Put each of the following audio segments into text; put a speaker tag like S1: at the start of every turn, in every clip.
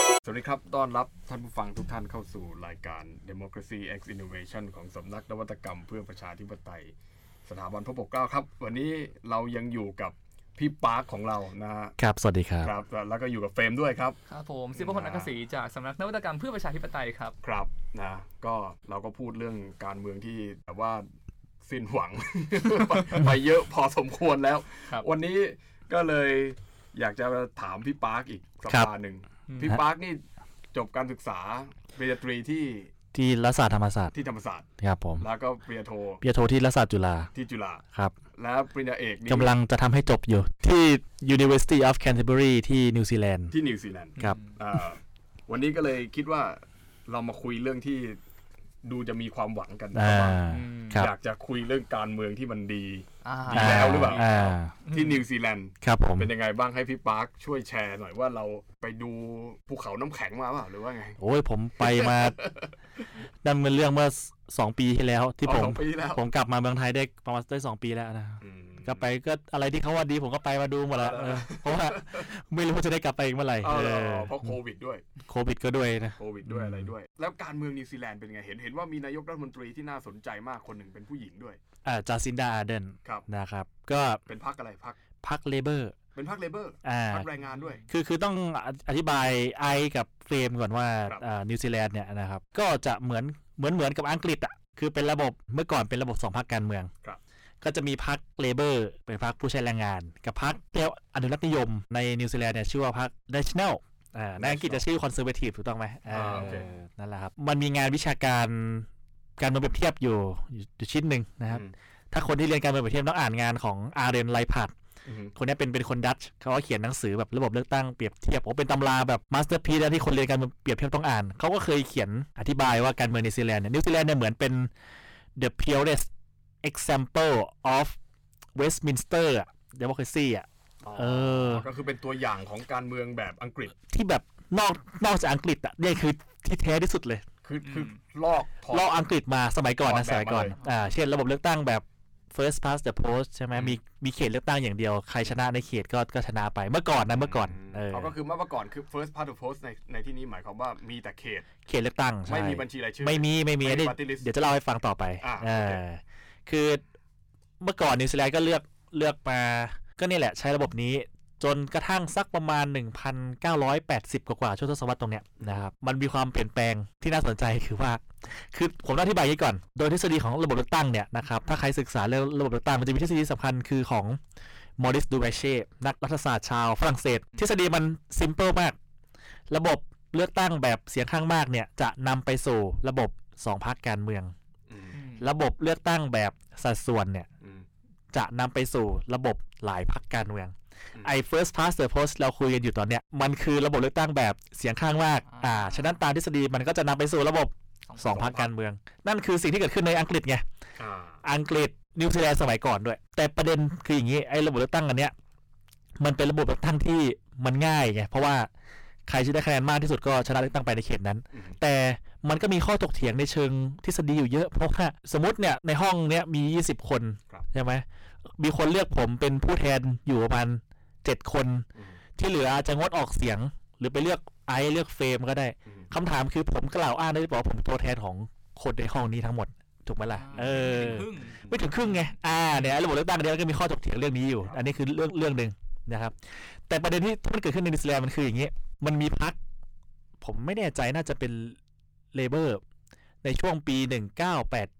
S1: อนรับท่านผู้ฟังทุกท่านเข้าสู่รายการ Democracy X Innovation ของสำนักนวัตกรรมเพื่อประชาธิปไตย สถาบันพระปกเกล้าครับ วันนี้เรายังอยู่กับพี่ปาร์คของเรานะฮะ
S2: ครับ สวัสดีครับ
S1: ครับ แล้วก็อยู่กับเฟรมด้วยครับ
S3: ครับผมสิบพลอักษีจากสำนักนวัตกรรมเพื่อประชาธิปไตยครับ
S1: ครับนะก็เราก็พูดเรื่องการเมืองที่แบบว่าสิ้นหวัง ไปเยอะพอสมควรแล้ว
S3: ครับ
S1: วันนี้ก็เลยอยากจะถามพี่ปาร์คอีกสัปดาห์หนึ่ง พี่ปาร์คนี่จบการศึกษาปริญญาตรีที่
S2: ที่รัฐศาสตร์ธรรมศาสตร์
S1: ที่ธรรมศาสตร์
S2: ครับผม
S1: แล้วก็ปริญญาโท
S2: เปียโทที่รัฐศาสตร์จุฬา
S1: ที่จุฬา
S2: ครับ
S1: แล้วปริญญาเอกนี่
S2: กำลังจะทำให้จบอยู่ ที่ University of Canterbury ที่นิวซีแลนด์
S1: ที่นิวซีแลนด์
S2: ครับ
S1: อ่าวันนี้ก็เลยคิดว่าเรามาคุยเรื่องที่ดูจะมีความหวังกัน
S2: อ่า
S1: ว่า
S2: ครับ
S1: อยากจะคุยเรื่องการเมืองที่มันดี
S3: อ่า
S1: ดีแล้วหรือเปล่า
S2: อ่า
S1: ที่นิวซีแลนด์
S2: ครับผม
S1: เป็นยังไงบ้างให้พี่ปาร์คช่วยแชร์หน่อยว่าเราไปดูภูเขาน้ำแข็งมาเปล่าหรือว่าไง
S2: โอ้ยผมไป มาดำเนินเรื่องเมื่อสองปีที่แล้วที่
S1: อ๋อ
S2: ผ
S1: ส
S2: ม
S1: องปีที่แล้ว
S2: ผมกลับมาเมืองไทยได้ประมาณได้สองปีแล้วนะ
S1: อืม
S2: ก็ไปก็อะไรที่เขาว่าดีผมก็ไปมาดูหมดแล้ว
S1: เออ
S2: เออเพราะว่าไม่รู้ว่าจะได้กลับไปอีกเมื่อไหร่
S1: เอาเหรอ
S2: เออ
S1: เพราะโควิดด้วย
S2: โควิดก็ด้วยนะ
S1: โควิดด้วยอะไรด้วย แล้วการเมืองนิวซีแลนด์เป็นไง เห็นเห็นว่ามีนายกรัฐมนตรีที่น่าสนใจมากคนหนึ่งเป็นผู้หญิงด้วย
S2: อ่าจาซินดาอาเดน
S1: ครับ
S2: นะครับก็
S1: เป็นพรรคอะไรพรรค
S2: พักเลเบอร์
S1: เป็นพรรคเลเบอร์
S2: อ่า
S1: พรรคแรงงานด้วย
S2: คือคือต้องออธิบายไอกับเฟรมก่อนว่า
S1: ครับ
S2: อ่านิวซีแลนด์เนี่ยนะครับก็จะเหมือนเหมือนเหมือนกับอังกฤษอ่ะคือเป็นระบบเมื่อก่อนเป็นระบบสองพรรคการเมือง
S1: ครับ
S2: ก็จะมีพรรคเลเบอร์เป็นพรรคผู้ใช้แรงงาน กับพรรคเดียวอนุรักษ์นิยมในนิวซีแลนด์เนี่ยชื่อว่าพรรค National อ่าในอังกฤษจะชื่อ Conservative ถูกต้องไหมอ่า
S1: อ่าโอเค
S2: นั่นแหละครับ มันมีงานวิชาการการเมืองเปรียบเทียบอยู่อยู่อยู่ชิ้นหนึ่งนะครับ
S1: อืม
S2: ถ้าคนที่เรียนการเมืองเปรียบเทียบต้องอ่านงานของอาร์เรนไลพาด
S1: อืม
S2: คนเนี้ยเป็นเป็นคนดัตช์เขาก็เขียนหนังสือแบบระบบเลือกตั้งเปรียบเทียบโอ้เป็นตำราแบบมาสเตอร์พีซที่คนเรียนการเมืองเปรียบเทียบต้องอ่าน เขาก็เคยเขียนอธิบายว่าการเมืองนิวซีแลนด์เนี่ยนิวซีแลนด์เนี่ยเหมือนเป็น the purest example of Westminster democracy อ่ะ เออ
S1: ก็คือเป็นตัวอย่างของการเมืองแบบอังกฤษ
S2: ที่แบบนอกนอกจากอังกฤษอ่ะเนี่ยคือที่แท้ที่สุดเลย
S1: คือ
S3: อืม
S1: คือลอกถอด
S2: ลอกอังกฤษมาสมัยก่อนนะ
S1: ถอดแบบ
S2: สมัยก่อน
S1: มาเลย
S2: อ่าเช่นระบบเลือกตั้งแบบ first past the post ใช่ไหมมีมีเขตเลือกตั้งอย่างเดียวใครชนะในเขตก็ก็ชนะไปเมื่อก่อนนะเมื่อก่อนเออ
S1: เขาก็คือเมื่อก่อนคือ first past the post ในในที่นี้หมายความว่ามีแต่เขต
S2: เขตเลือกตั้งใช่
S1: ไม่มีบัญชีรายชื่อ
S2: ไม่มี ไม่มี
S1: ไม่มี
S2: อันนี้
S1: party list
S2: เดี๋ยวจะเล่าให้ฟังต่อไป
S1: อ่า
S2: เออ
S1: โอเค
S2: คือเมื่อก่อนนิวซีแลนด์ก็เลือกเลือกมา ก็นี่แหละใช้ระบบนี้ จนกระทั่งสักประมาณ 1,980 กว่าๆช่วงทศวรรษตรงเนี้ยนะครับ มันมีความเปลี่ยนแปลงที่น่าสนใจคือว่า คือผมต้องอธิบายอย่างนี้ก่อน โดยทฤษฎีของระบบเลือกตั้งเนี่ยนะครับ ถ้าใครศึกษาเรื่องระบบเลือกตั้งมันจะมีทฤษฎีสำคัญคือของมอริสดูแบเช่นักรัฐศาสตร์ชาวฝรั่งเศส ทฤษฎีมันซิมเ l ิลมาก ระบบเลือกตั้งแบบเสียงข้างมากเนี่ยจะนำไปสู่ระบบสองพรรคการเมือง
S1: อืม
S2: ระบบเลือกตั้งแบบสัดส่วนเนี่ย
S1: อืม
S2: จะนำไปสู่ระบบหลายพรรคการเมือง
S1: อืม
S2: ไอ้ first past the post เราคุยกันอยู่ตอนเนี้ยมันคือระบบเลือกตั้งแบบเสียงข้างมากอ่า
S3: อ่า
S2: ฉะนั้นตามทฤษฎีมันก็จะนำไปสู่ระบบสองพรรคการเมือง นั่นคือสิ่งที่เกิดขึ้นในอังกฤษไง
S1: อ่า
S2: อังกฤษนิวซีแลนด์สมัยก่อนด้วย แต่ประเด็นคืออย่างนี้ไอ้ระบบเลือกตั้งอันเนี้ยมันเป็นระบบเลือกตั้งที่มันง่ายไงเพราะว่าใครที่ได้คะแนนมากที่สุดก็ชนะเลือกตั้งไปในเขตนั้น
S1: อืม
S2: แต่มันก็มีข้อถกเถียงในเชิงทฤษฎีอยู่เยอะ เพราะว่าสมมติเนี่ยในห้องเนี้ยมี 20 คน
S1: ครับ
S2: ใช่ไหมมีคนเลือกผมเป็นผู้แทนอยู่ประมาณ7 คน
S1: อืม
S2: ที่เหลืออาจจะงดออกเสียง หรือไปเลือกไอซ์เลือกเฟรมก็ได้
S1: อืม
S2: คำถามคือผมกล่าวอ้างได้หรือเปล่าว่าผมตัวแทนของคนในห้องนี้ทั้งหมดถูกไหมล่ะเออ
S3: ครึ่ง
S2: ไม่ถึงครึ่งไง อ่า เนี่ยระบบเลือกตั้งเนี่ยก็มีข้อถกเถียงเรื่องนี้อยู่
S1: ครับ
S2: อันนี้คือเรื่องเรื่องหนึ่งนะครับ แต่ประเด็นที่ที่มันเกิดขึ้นในนิวซีแลนด์มันคืออย่างนี้ มันมีพัก ผมไม่แน่ใจน่าจะเป็นเลเบอร์ ในช่วงปี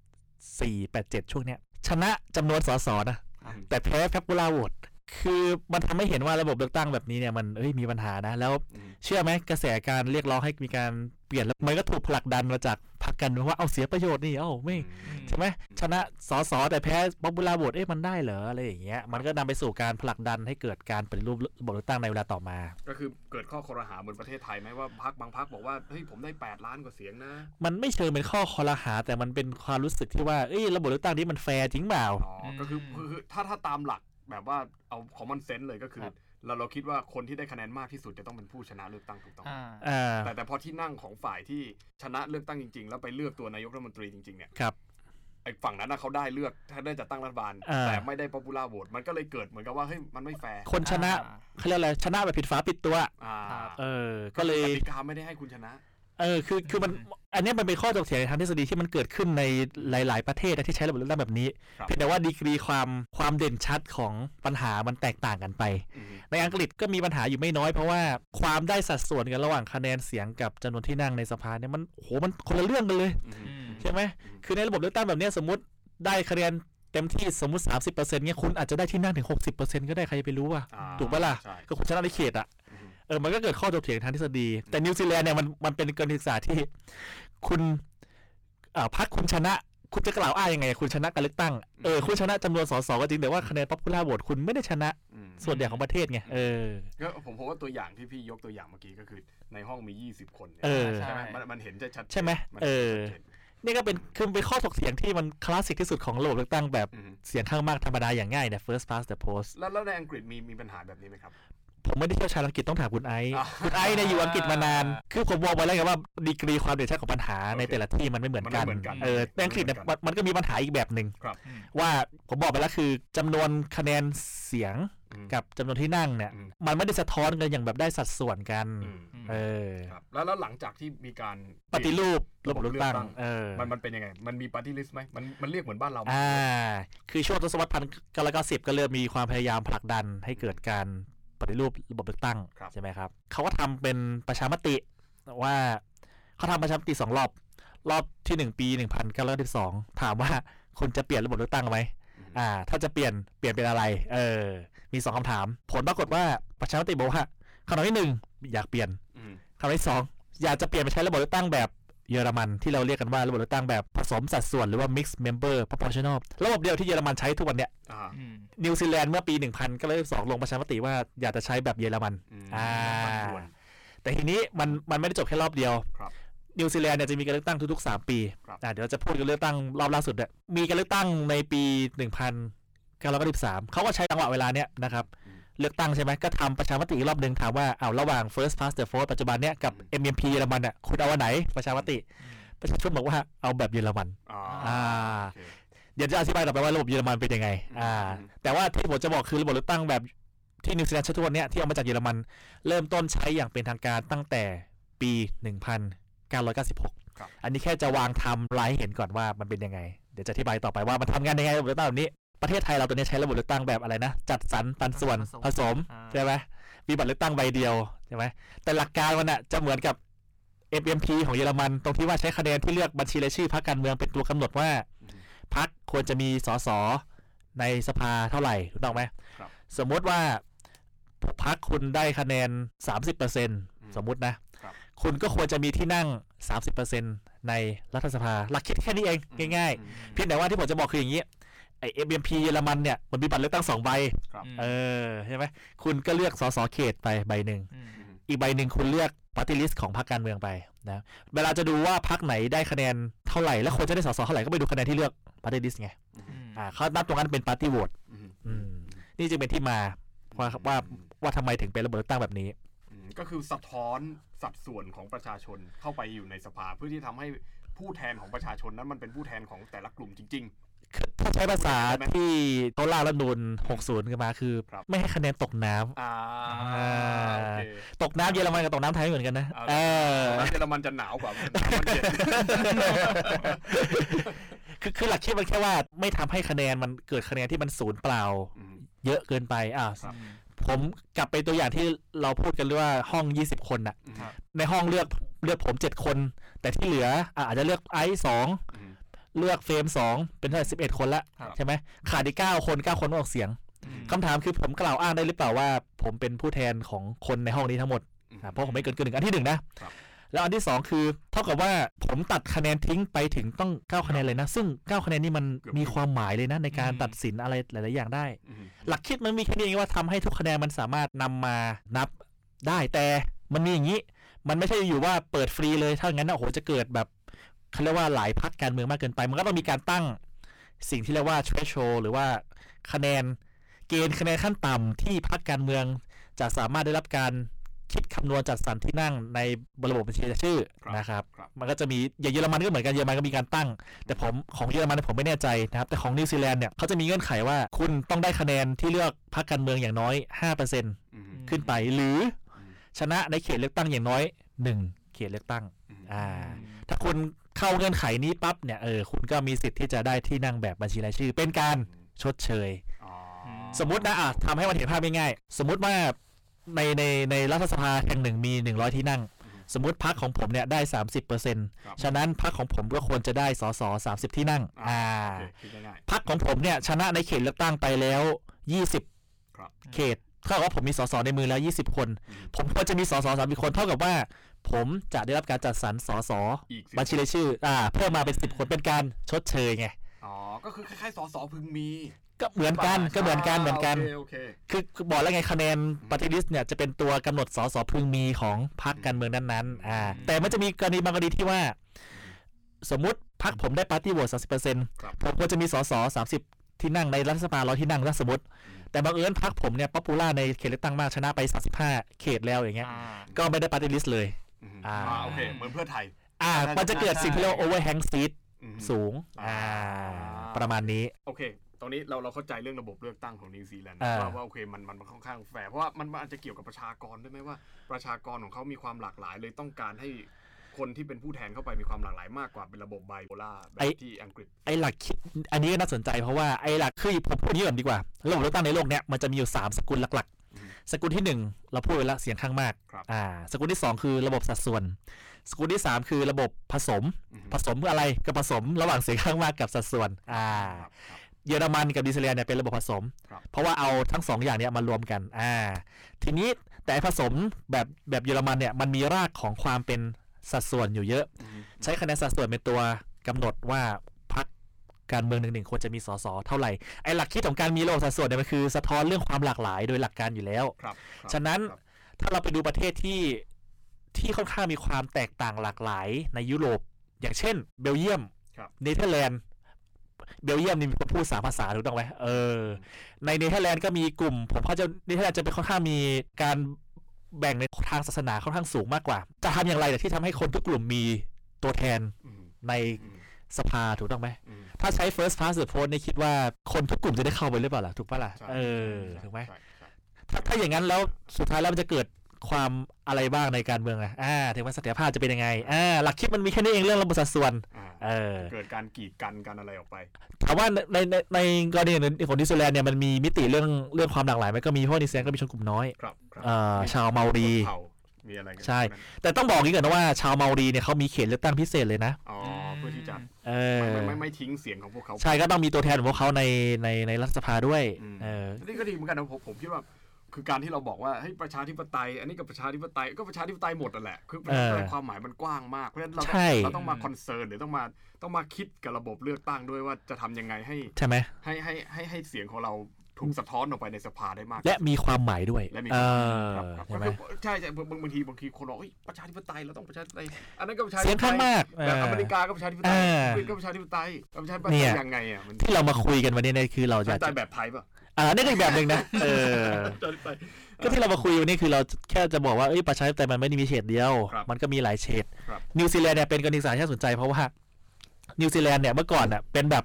S2: 1984-87 ช่วงเนี้ย ชนะจำนวนสสนะ
S1: อืม
S2: แต่แพ้แพปปูล่าโหวต คือมันทำให้เห็นว่าระบบเลือกตั้งแบบนี้เนี่ยมันเอ้ยมีปัญหานะ แล้ว
S1: อืม
S2: เชื่อไหมกระแสการเรียกร้องให้มีการเปลี่ยนแล้วมันก็ถูกผลักดันมาจากพรรคการเมืองว่าเอาเสียประโยชน์นี่ เอ้าไม่ ใช่ไหมชนะสอสอแต่แพ้ป๊อปปูล่าโหวตเอ๊ะมันได้เหรออะไรอย่างเงี้ยมันก็นำไปสู่การผลักดันให้เกิดการปฏิรูประบบเลือกตั้งในเวลาต่อมา
S1: ก็คือเกิดข้อคอรหาเหมือนประเทศไทยไหมว่าพักบางพักบอกว่าเฮ้ยผมได้ 8 ล้านกว่าเสียงนะ
S2: มันไม่เชิงเป็นข้อคอรหา แต่มันเป็นความรู้สึกที่ว่าเอ้ยระบบเลือกตั้งนี้มันแฟร์จริงเปล่า
S1: อ๋ออ
S3: ม
S1: ก็คือคือถ้าถ้าตามหลักแบบว่าเอาคอมมอนเซนส์เลยก็คือ
S3: ครับ
S1: เราเราคิดว่าคนที่ได้คะแนนมากที่สุดจะต้องเป็นผู้ชนะเลือกตั้งถูกต้อง
S3: อ่า
S2: อ่า
S1: แต่แต่พอที่นั่งของฝ่ายที่ชนะเลือกตั้งจริง ๆ แล้วไปเลือกตัวนายกรัฐมนตรีจริง ๆ เนี่ย
S2: ครับ
S1: ไอ้ฝั่งนั้นนะเขาได้เลือกถ้าได้จัดตั้งรัฐบาล
S2: อ่า
S1: แต่ไม่ได้ป๊อปปูล่าโหวตมันก็เลยเกิดเหมือนกับว่าเฮ้ยมันไม่แฟร์
S2: คนชนะ
S3: อ่า
S2: เขาเรียกอะไรชนะแบบผิดฝาปิดตัว
S1: อ่า
S3: ครับ
S2: เออ ก็เลย
S1: กติกาไม่ได้ให้คุณชนะ
S2: เออคือคือมันอันเนี้ยมันเป็นข้อถกเถียงในทางทฤษฎีที่มันเกิดขึ้นในหลาย ๆ ประเทศนะที่ใช้ระบบเลือกตั้งแบบนี้
S1: ครับ
S2: เพียงแต่ว่าดีกรีความความเด่นชัดของปัญหามันแตกต่างกันไป
S1: อืม
S2: ในอังกฤษก็มีปัญหาอยู่ไม่น้อยเพราะว่าความได้สัดส่วนกันระหว่างคะแนนเสียงกับจำนวนที่นั่งในสภาเนี่ยมันโหมันคนละเรื่องกันเลย
S1: อืม
S3: อืม
S2: ใช่ไหม
S1: อืม
S2: คือในระบบเลือกตั้งแบบเนี้ยสมมติได้คะแนนเต็มที่สมมติ 30%เงี้ยคุณอาจจะได้ที่นั่งถึง 60%ก็ได้ใครจะไปรู้อ่ะ
S1: อ่า
S2: ถูกปะล่ะ
S1: ใช่
S2: ก็คุณชนะในเขตอ่ะ
S1: อืม
S2: เออ มันก็เกิดข้อถกเถียงทางทฤษฎี แต่นิวซีแลนด์เนี่ยมันมันเป็นกรณีศึกษาที่คุณอ่าพรรคคุณชนะ คุณจะกล่าวอ้างยังไง คุณชนะการเลือกตั้ง เออ คุณชนะจำนวนสสก็จริงแต่ว่าคะแนนป๊อปปูล่าโหวตคุณไม่ได้ชนะ
S1: อืม
S2: ส่วนใหญ่ของประเทศไง เออ
S1: ก็ผมผมว่าตัวอย่างที่พี่ยกตัวอย่างเมื่อกี้ก็คือในห้องมี 20 คนนี่ย
S2: เออ
S1: ใช่ไหมมันมันเห็นจะชัดเจน
S2: ใช่ไหม
S1: น
S2: เอ
S1: เห็น
S2: อ
S1: ชัดจน
S2: นี่ก็เป็นคือเป็นข้อถกเถียงที่มันคลาสสิกที่สุดของระบบเลือกตั้งแบบ
S1: ม
S2: เสียงข้างมากธรรมดาอย่างง่ายเนี่ย first past the post
S1: แล้วแล้วในอังกฤษมีมีปัญหาแบบนี้ไหมครับ
S2: ผมไม่ได้เชี่ยวชาญอังกฤษต้องถามคุณไอซ์
S1: อ่ะ
S2: คุณไอซ์เนี่ยอยู่อังกฤษมานาน คือผมบอกไว้แล้วไงว่าดีกรีความเด่นชัดของปัญหาในแต่ละที่มันไม่เหมือนกัน
S1: ไเหมือนกัน
S2: เออในอังกฤษเนี่ย
S1: มัไม่หมืน
S2: มันมันก็มีปัญหาอีกแบบหนึ่ง
S1: ครับ
S3: อืม
S2: ว่าผมบอกไปแล้วคือจำนวนคะแนนเสียง
S1: อืม
S2: กับจำนวนที่นั่งเนี่ย
S1: อืม
S2: มันไม่ได้สะท้อนกันอย่างแบบได้สัดส่วนกัน
S1: อืม
S2: เออ
S1: ครับแล้วแล้วหลังจากที่มีการ
S2: ปฏิรูประบบเลือกตั้ง
S1: ระบบเลือกตั้ง
S2: เออ
S1: มันมันเป็นยังไง มันมีปาร์ตี้ลิสต์ไหมมันมันเรียกเหมือนบ้านเราไหม
S2: อ่าคือช่วงทศวรรษพันเก้าร้อยเก้าสิบก็เริ่มมีความพยายามผลักดันให้เกิดการปฏิรูประบบเลือกตั้ง
S1: ครับ
S2: ใช่ไหมครับเขาก็ทำเป็นประชามติว่าเขาทำประชามติสองรอบ รอบที่หนึ่งปีหนึ่งพันเก้าร้อยสิบสองถามว่าคุณจะเปลี่ยนระบบเลือกตั้งไหมอ่า ถ้าจะเปลี่ยนเปลี่ยนเป็นอะไร เออ มีสองคำถาม ผลปรากฏว่าประชามติบอกว่าคำถามที่หนึ่งอยากเปลี่ยน
S1: อืม
S2: คำถามที่สองอยากจะเปลี่ยนไปใช้ระบบเลือกตั้งแบบเยอรมันที่เราเรียกกันว่าระบบเลือกตั้งแบบผสมสัดส่วนหรือว่า mixed member proportional ระบบเดียวที่เยอรมันใช้ทุกวันเนี่ย
S1: อ่า
S3: อืม
S2: นิวซีแลนด์เมื่อปี1992ลงประชามติว่าอยากจะใช้แบบเยอรมัน
S1: อืม
S2: อ่า
S1: บ้นควร
S2: แต่ทีนี้มันมันไม่ได้จบแค่รอบเดียว
S1: ครับ
S2: นิวซีแลนด์เนี่ยจะมีการเลือกตั้งทุกๆ 3 ปี
S1: ครับ
S2: อ่ะเดี๋ยวจะพูดกันเลือกตั้งรอบล่าสุดเนี่ยมีการเลือกตั้งในปี 1993เขาก็ใช้จังหวะเวลาเนี้ยนะครับ เลือกตั้งใช่ไหมก็ทำประชามติอีกรอบหนึ่งถามว่าเอาวระหว่าง first past the post ปัจจุบันเนี้ยกับ MMP เยอรมันอ่ะคุณเอาอันไหนประชามติประชาชนบอกว่าเอาแบบเยอรมัน
S1: อ่า
S2: อ่า
S1: โอเค
S2: เดี๋ยวจะอธิบายต่อไปว่าระบบเยอรมันเป็นยังไง อ่า
S1: อืม
S2: แต่ว่าที่ผมจะบอกคือระบบเลือกตั้งแบบที่นิวซีแลนด์ใช้ทุกวันเนี้ยที่เอามาจากเยอรมัน เริ่มต้นใช้อย่างเป็นทางการตั้งแต่ปี 1996
S1: ครับ
S2: อันนี้แค่จะวางไทำลายให้เห็นก่อนว่ามันเป็นยังไง เดี๋ยวจะอธิบายต่อไปว่ามันทำงานยังไงระบบเลือกตั้งแบบนี้ ประเทศไทยเราตอนนี้ใช้ระบบเลือกตั้งแบบอะไรนะ จัดสรรปันส่วนผสม
S3: อ่า
S2: ใช่ไหมมีบัตรเลือกตั้งใบเดียวใช่ไหมแต่หลักการมันอะจะเหมือนกับ FMP ของเยอรมัน ตรงที่ว่าใช้คะแนนที่เลือกบัญชีรายชื่อพรรคการเมืองเป็นตัวกำหนดว่า
S1: อืม
S2: พรรคควรจะมีสสในสภาเท่าไหร่ถูกต้องไหม
S1: ครับ
S2: สมมติว่าพรรคคุณได้คะแนน 30%สมมุตินะ
S1: ครับ
S2: คุณก็ควรจะมีที่นั่ง 30%ในรัฐสภา หลักคิดแค่นี้เองง่าย
S1: อืม
S2: ๆ เพียงแต่ว่าที่ผมจะบอกคืออย่างนี้ไอ้ FMP เยอรมันเนี่ยมันมีบัตรเลือกตั้งสองใบ
S1: ครับ
S3: ม
S2: เออใช่ไหมคุณก็เลือกสสเขตไปใบหนึ่ง
S3: ม
S1: อืม
S2: อีกใบหนึ่งคุณเลือกป a r t y l ลิสของพรรคการเมืองไปนะเวลาจะดูว่าพรรคไหนได้คะแนนเท่าไหร่ และควรจะได้สสเท่าไหร่ก็ไปดูคะแนนที่เลือกป a r t y l ลิสไง
S3: อืม
S2: อ่าเขานับตรงนั้นเป็น p a r t y v o t e
S1: อืม
S2: อืมนี่จึงเป็นที่มาว่าว่าว่าทำไมถึงเป็นระเบิดตั้งแบบนี้
S1: อืมก็คือสะท้อนสัดส่วนของประชาชนเข้าไปอยู่ในสภาเพื่อที่ทำให้ผู้แทนของประชาชนนั้นมันเป็นผู้แทนของแต่ละกลุ่มจริง
S2: ถ้าใช้ภาษาที่โตล่างรัฐธรรมนูน60กันมาคือ
S1: ครับ
S2: ไม่ให้คะแนนตกน้ำ
S1: ๆ อ่า
S2: อ่า
S1: โอเค
S2: ตกน้ำเยอรมันกับตกน้ำไทยไม่เหมือนกันนะเออ
S1: แล้วเยอรมันจะหนาวกว่ามันเย็น
S2: คือคือหลักคิดมันแค่ว่าไม่ทำให้คะแนนมันเกิดคะแนนที่มันศูนย์เปล่า
S1: อืม
S2: เยอะเกินไปอ่า
S1: ครับ
S2: ผมกลับไปตัวอย่างที่เราพูดกันว่าห้อง 20 คนน่ะ
S3: ครับ
S2: ในห้องเลือกเลือกผม 7 คน แต่ที่เหลืออ่ะอาจจะเลือกไอซ์สอง
S1: อืม
S2: เลือกเฟรม 2 เป็นเท่าไหร่11 คนละ
S3: ครับ
S2: ใช่ไหมขาดอีก9คน 9 คนต้องออกเสียง
S3: อืม
S2: คำถามคือผมกล่าวอ้างได้หรือเปล่าว่า ผมเป็นผู้แทนของคนในห้องนี้ทั้งหมด อ่ะเพราะผมไม่เกินเกินหนึ่งอันที่หนึ่งนะ
S1: ครับ
S2: แล้วอันที่สองคือเท่ากับว่าผมตัดคะแนนทิ้งไปถึงต้องเก้าคะแนนเลยนะ ซึ่งเก้าคะแนนนี่มันมีความหมายเลยนะ ในการตัดสินอะไรหลาย ๆ อย่างได้
S1: อืม
S2: หลักคิดมันมีแค่นี้เองว่าทำให้ทุกคะแนนมันสามารถนำมานับได้แต่มันมีอย่างนี้ มันไม่ใช่อยู่ว่าเปิดฟรีเลยถ้างั้นนะโอ้โหจะเกิดแบบเขาเรียกว่าหลายพักการเมืองมากเกินไป มันก็ต้องมีการตั้งสิ่งที่เรียกว่า threshold หรือว่าคะแนนเกณฑ์คะแนนขั้นต่ำที่พักการเมืองจะสามารถได้รับการคิดคำนวณจัดสรรที่นั่งในระบบบัญชีรายชื่อนะครับ
S1: ครับ
S2: มันก็จะมีอย่างเยอรมันก็เหมือนกันเยอรมันก็มีการตั้ง แต่ผมของเยอรมันเนยผมไม่แน่ใจนะครับ แต่ของนิวซีแลนด์เนี่ยเขาจะมีเงื่อนไขว่าคุณต้องได้คะแนนที่เลือกพรรคการเมืองอย่างน้อย 5%
S1: อืม
S2: ขึ้นไปหรืออ
S1: ม
S2: ชนะในเขตเลือกตั้งอย่างน้อย 1 เขตเลือกตั้ง
S1: อืม
S2: อ่า ถ้าคุณเข้าเงื่อนไขนี้ปั๊บเนี่ยเออคุณก็มีสิทธิ์ที่จะได้ที่นั่งแบบบัญชีรายชื่อ เป็นการชดเชย
S1: อ๋อ
S2: สมมตินะอ่ะทำให้มันเห็นภาพง่ายๆสมมติว่าในในในรัฐสภาแห่งหนึ่งมี 100 ที่นั่ง สมมติพักของผมเนี่ยได้
S1: ครับ
S2: 30%ฉะนั้นพักของผมก็ควรจะได้สส30 ที่นั่ง
S1: อ่า
S2: อ่า
S1: โอเคคิดง่าย
S2: พักของผมเนี่ยชนะในเขตเลือกตั้งไปแล้ว
S1: ครับ
S2: 20 เขตเท่ากับว่าผมมีสสในมือแล้ว 20 คน
S1: ๆอืม
S2: ผมควรจะมีสสสามคนเท่ากับว่า ผมจะได้รับการจัดสรรสส
S1: อีกสิ
S2: บัญชีรายชื่อ อ่า เพิ่มมาเป็น 10 คนเป็นการชดเชยไง
S1: อ๋อ ก็คือคล้ายๆสอสอพึงมี
S2: ก็เหมือนกันก็เหมือนกันเหมือนกัน
S1: โอเคโอเค
S2: คือคือบอกแล้วไงคะแนนปฏิริษเนี่ยจะเป็นตัวกำหนดสสพึงมีของพรรคการเมืองนั้นๆ อ่า แต่มันจะมีกรณีบางกรณีที่ว่า สมมติพรรคผมได้ปาร์ตี้โหวตสามสิบเปอร์เซ็นต์
S1: ครับ
S2: ผมก็จะมีสสสามสิบที่นั่งในรัฐสภาร้อยที่นั่งนะสมมติ แต่บางเอิญพรรคผมเนี่ยป๊อปปูล่าในเขตเลือกตั้งมากชนะไปสามสิบห้าเขตแล้วอย่างเงี้ย
S3: อ่า
S2: ก็ไม่ได้ปาร์ตี้ลิสเลย
S1: อืม
S2: อ่า
S1: อ่าโอเค เหมือนเพื่อไทย
S2: อ่า มันจะเกิดสิ่งที่เรียกว่าโอเวอร์แฮงซีด
S1: อืม
S2: สูง
S1: อ่า
S2: อ่า ประมาณนี้
S1: โอเค ตอนนี้เราเราเข้าใจเรื่องระบบเลือกตั้งของนิวซีแลนด์
S2: อ่า
S1: ว่าว่าโอเคมันมันมันค่อนข้างแฟร์เพราะว่ามันมันอาจจะเกี่ยวกับประชากรด้วยไหมว่า ประชากรของเขามีความหลากหลายเลยต้องการให้คนที่เป็นผู้แทนเข้าไปมีความหลากหลายมากกว่าเป็นระบบไบโพล่าแบบที่อังกฤษ
S2: ไอ้หลักคิดอันนี้ก็น่าสนใจเพราะว่าไอ้หลักคือผมพูดอยางนี้ก่อนดีกว่าระบบเลือกตั้งในโลกเนี้ยมันจะมีอยู่ 3 สกุลหลัก
S1: อืม
S2: ๆ สกุลที่ 1 เราพูดไปแล้วเสียงข้างมาก
S1: ครับ
S2: อ่าสกุลที่ 2 คือระบบสัดส่วน สกุลที่ 3 คือระบบผสม
S1: อืม
S2: ผสมคืออะไรก็ผสมระหว่างเสียงข้างมากกับสัดส่วนอ่า
S1: ครับครับ
S2: เยอรมันกับดิสเลียเนี่ยเป็นระบบผสม
S1: ครับ
S2: เพราะว่าเอาทั้ง 2 อย่างเนี้ยมารวมกันอ่าทีนี้แต่ผสมแบบแบบเยอรมันเนี่ยมันมีรากของความเป็นสัดส่วนอยู่เยอะ
S1: อืม
S2: ใช้คะแนนสัดส่วนเป็นตัวกำหนดว่าพรรคการเมืองหนึ่งๆควรจะมีสสเท่าไหร่ไอ้หลักคิดของการมีระบบสัดส่วนเนี่ยมันคือสะท้อนเรื่องความหลากหลายโดยหลักการอยู่แล้ว
S1: ครับครับ
S2: ฉะนั้น
S1: ครับ
S2: ถ้าเราไปดูประเทศที่ที่ค่อนข้างมีความแตกต่างหลากหลายในยุโรป อย่างเช่น เบลเยียม
S1: ครับ
S2: เนเธอร์แลนด์เบลเยียมนี่มีคนพูดสามภาษาถูกต้องไหมเออ ในเนเธอร์แลนด์ก็มีกลุ่ม ผมเข้าใจเนเธอร์แลนด์จะเป็นค่อนข้างมีการแบ่งในทางศาสนาค่อนข้างสูงมากกว่า จะทำอย่างไรเนี่ยที่ทำให้คนทุกกลุ่มมีตัวแทน
S1: อืม
S2: ใน
S1: อืม
S2: สภาถูกต้องไหม
S1: อืม
S2: ถ้าใช้ first past the post นี่คิดว่าคนทุกกลุ่มจะได้เข้าไปหรือเปล่าล่ะ ถูกปะล่ะ
S1: ใช่
S2: เออถูกไหม
S1: ใช่ใช่
S2: ถ้าถ้าอย่างนั้นแล้วสุดท้ายแล้วมันจะเกิดความอะไรบ้างในการเมืองอะอ่าถึงว่าเสถียรภาพจะเป็นยังไงอ่าหลักคิดมันมีแค่นี้เองเรื่องระบบสัดส่วน
S1: อ่า
S2: เออ
S1: เกิดการกีดกันการอะไรออกไป
S2: ถามว่าในในในในกรณีอื่นๆของนิวซีแลนด์เนี่ยมันมีมิติเรื่องเรื่องความหลากหลายไหมก็มีเพราะว่านิวซีแลนด์ก็มีชนกลุ่มน้อย
S1: ครับครับ
S2: เอ่อชาวเมารี
S1: ชนเผ่ามีอะไรกัน
S2: ใช่
S1: ตรงนั้น
S2: แต่ต้องบอกอย่างนี้ก่อนนะว่าชาวเมารีเนี่ยเขามีเขตเลือกตั้งพิเศษเลยนะ
S1: อ๋อเพื่อที่จะ
S2: เออ
S1: ไม่ไม่ไม่ทิ้งเสียงของพวกเขา
S2: ใช่ก็ต้องมีตัวแทนของพวกเขาในในในรัฐสภาด้วย
S1: อืม
S2: เออ
S1: นี่ก็ดีเหมือนกันนะผมผมคิดว่าคือการที่เราบอกว่าเฮ้ยประชาธิปไตย อันนี้กับประชาธิปไตยก็ประชาธิปไตยหมดนั่นแหละคือประชาธิปไตย
S2: เออ
S1: ความหมายมันกว้างมากเพราะฉะนั้นเรา
S2: ใช่
S1: ต้องเราต้องมาคอนเซิร์นหรือต้องมาต้องมาคิดกับระบบเลือกตั้งด้วยว่าจะทำยังไงให้
S2: ใช่ไหม
S1: ให้ให้ให้ให้เสียงของเราถูกสะท้อนออกไปในสภาได้มาก
S2: และมีความหมายด้วย
S1: และมี
S2: เออ
S1: ครับครับ
S2: ใช่ไหม
S1: ก็คือใช่ใช่บางบางบางทีบางทีคนบอกเอ้ยประชาธิปไตยเราต้องประชาธิปไตยอันนั้นก็ประชาธิ
S2: เสียง
S1: ปไต
S2: ข้าง
S1: ย
S2: มาก
S1: แบบ
S2: เออ
S1: อเมริกาก็ประชาธิปไตย
S2: เออ
S1: อังกฤษก็ประชาธิปไตยแล้วประชาธิปไต
S2: เนี่ย ย
S1: ยังไงอ่ะมัน
S2: ที่เรามาคุยกันวันนี้เนี่ยคือเรา
S1: ประ
S2: จะ
S1: ชาธิปไตยแบบไทยป่ะ
S2: อ่านี่ก็อีกแบบหนึ่งนะ เออ
S1: ประชาธิปไตย
S2: ก็ที่เรามาคุยวันนี้คือเราแค่จะบอกว่าเอ้ยประชาธิปไตยมันไม่ได้มีเฉดเดียว
S1: ครับ
S2: มันก็มีหลายเฉด
S1: ครับ
S2: นิวซีแลนด์เนี่ยเป็นกรณีศึกษาที่น่าสนใจเพราะว่า นิวซีแลนด์เนี่ยเมื่อก่อนอ่ะเป็นแบบ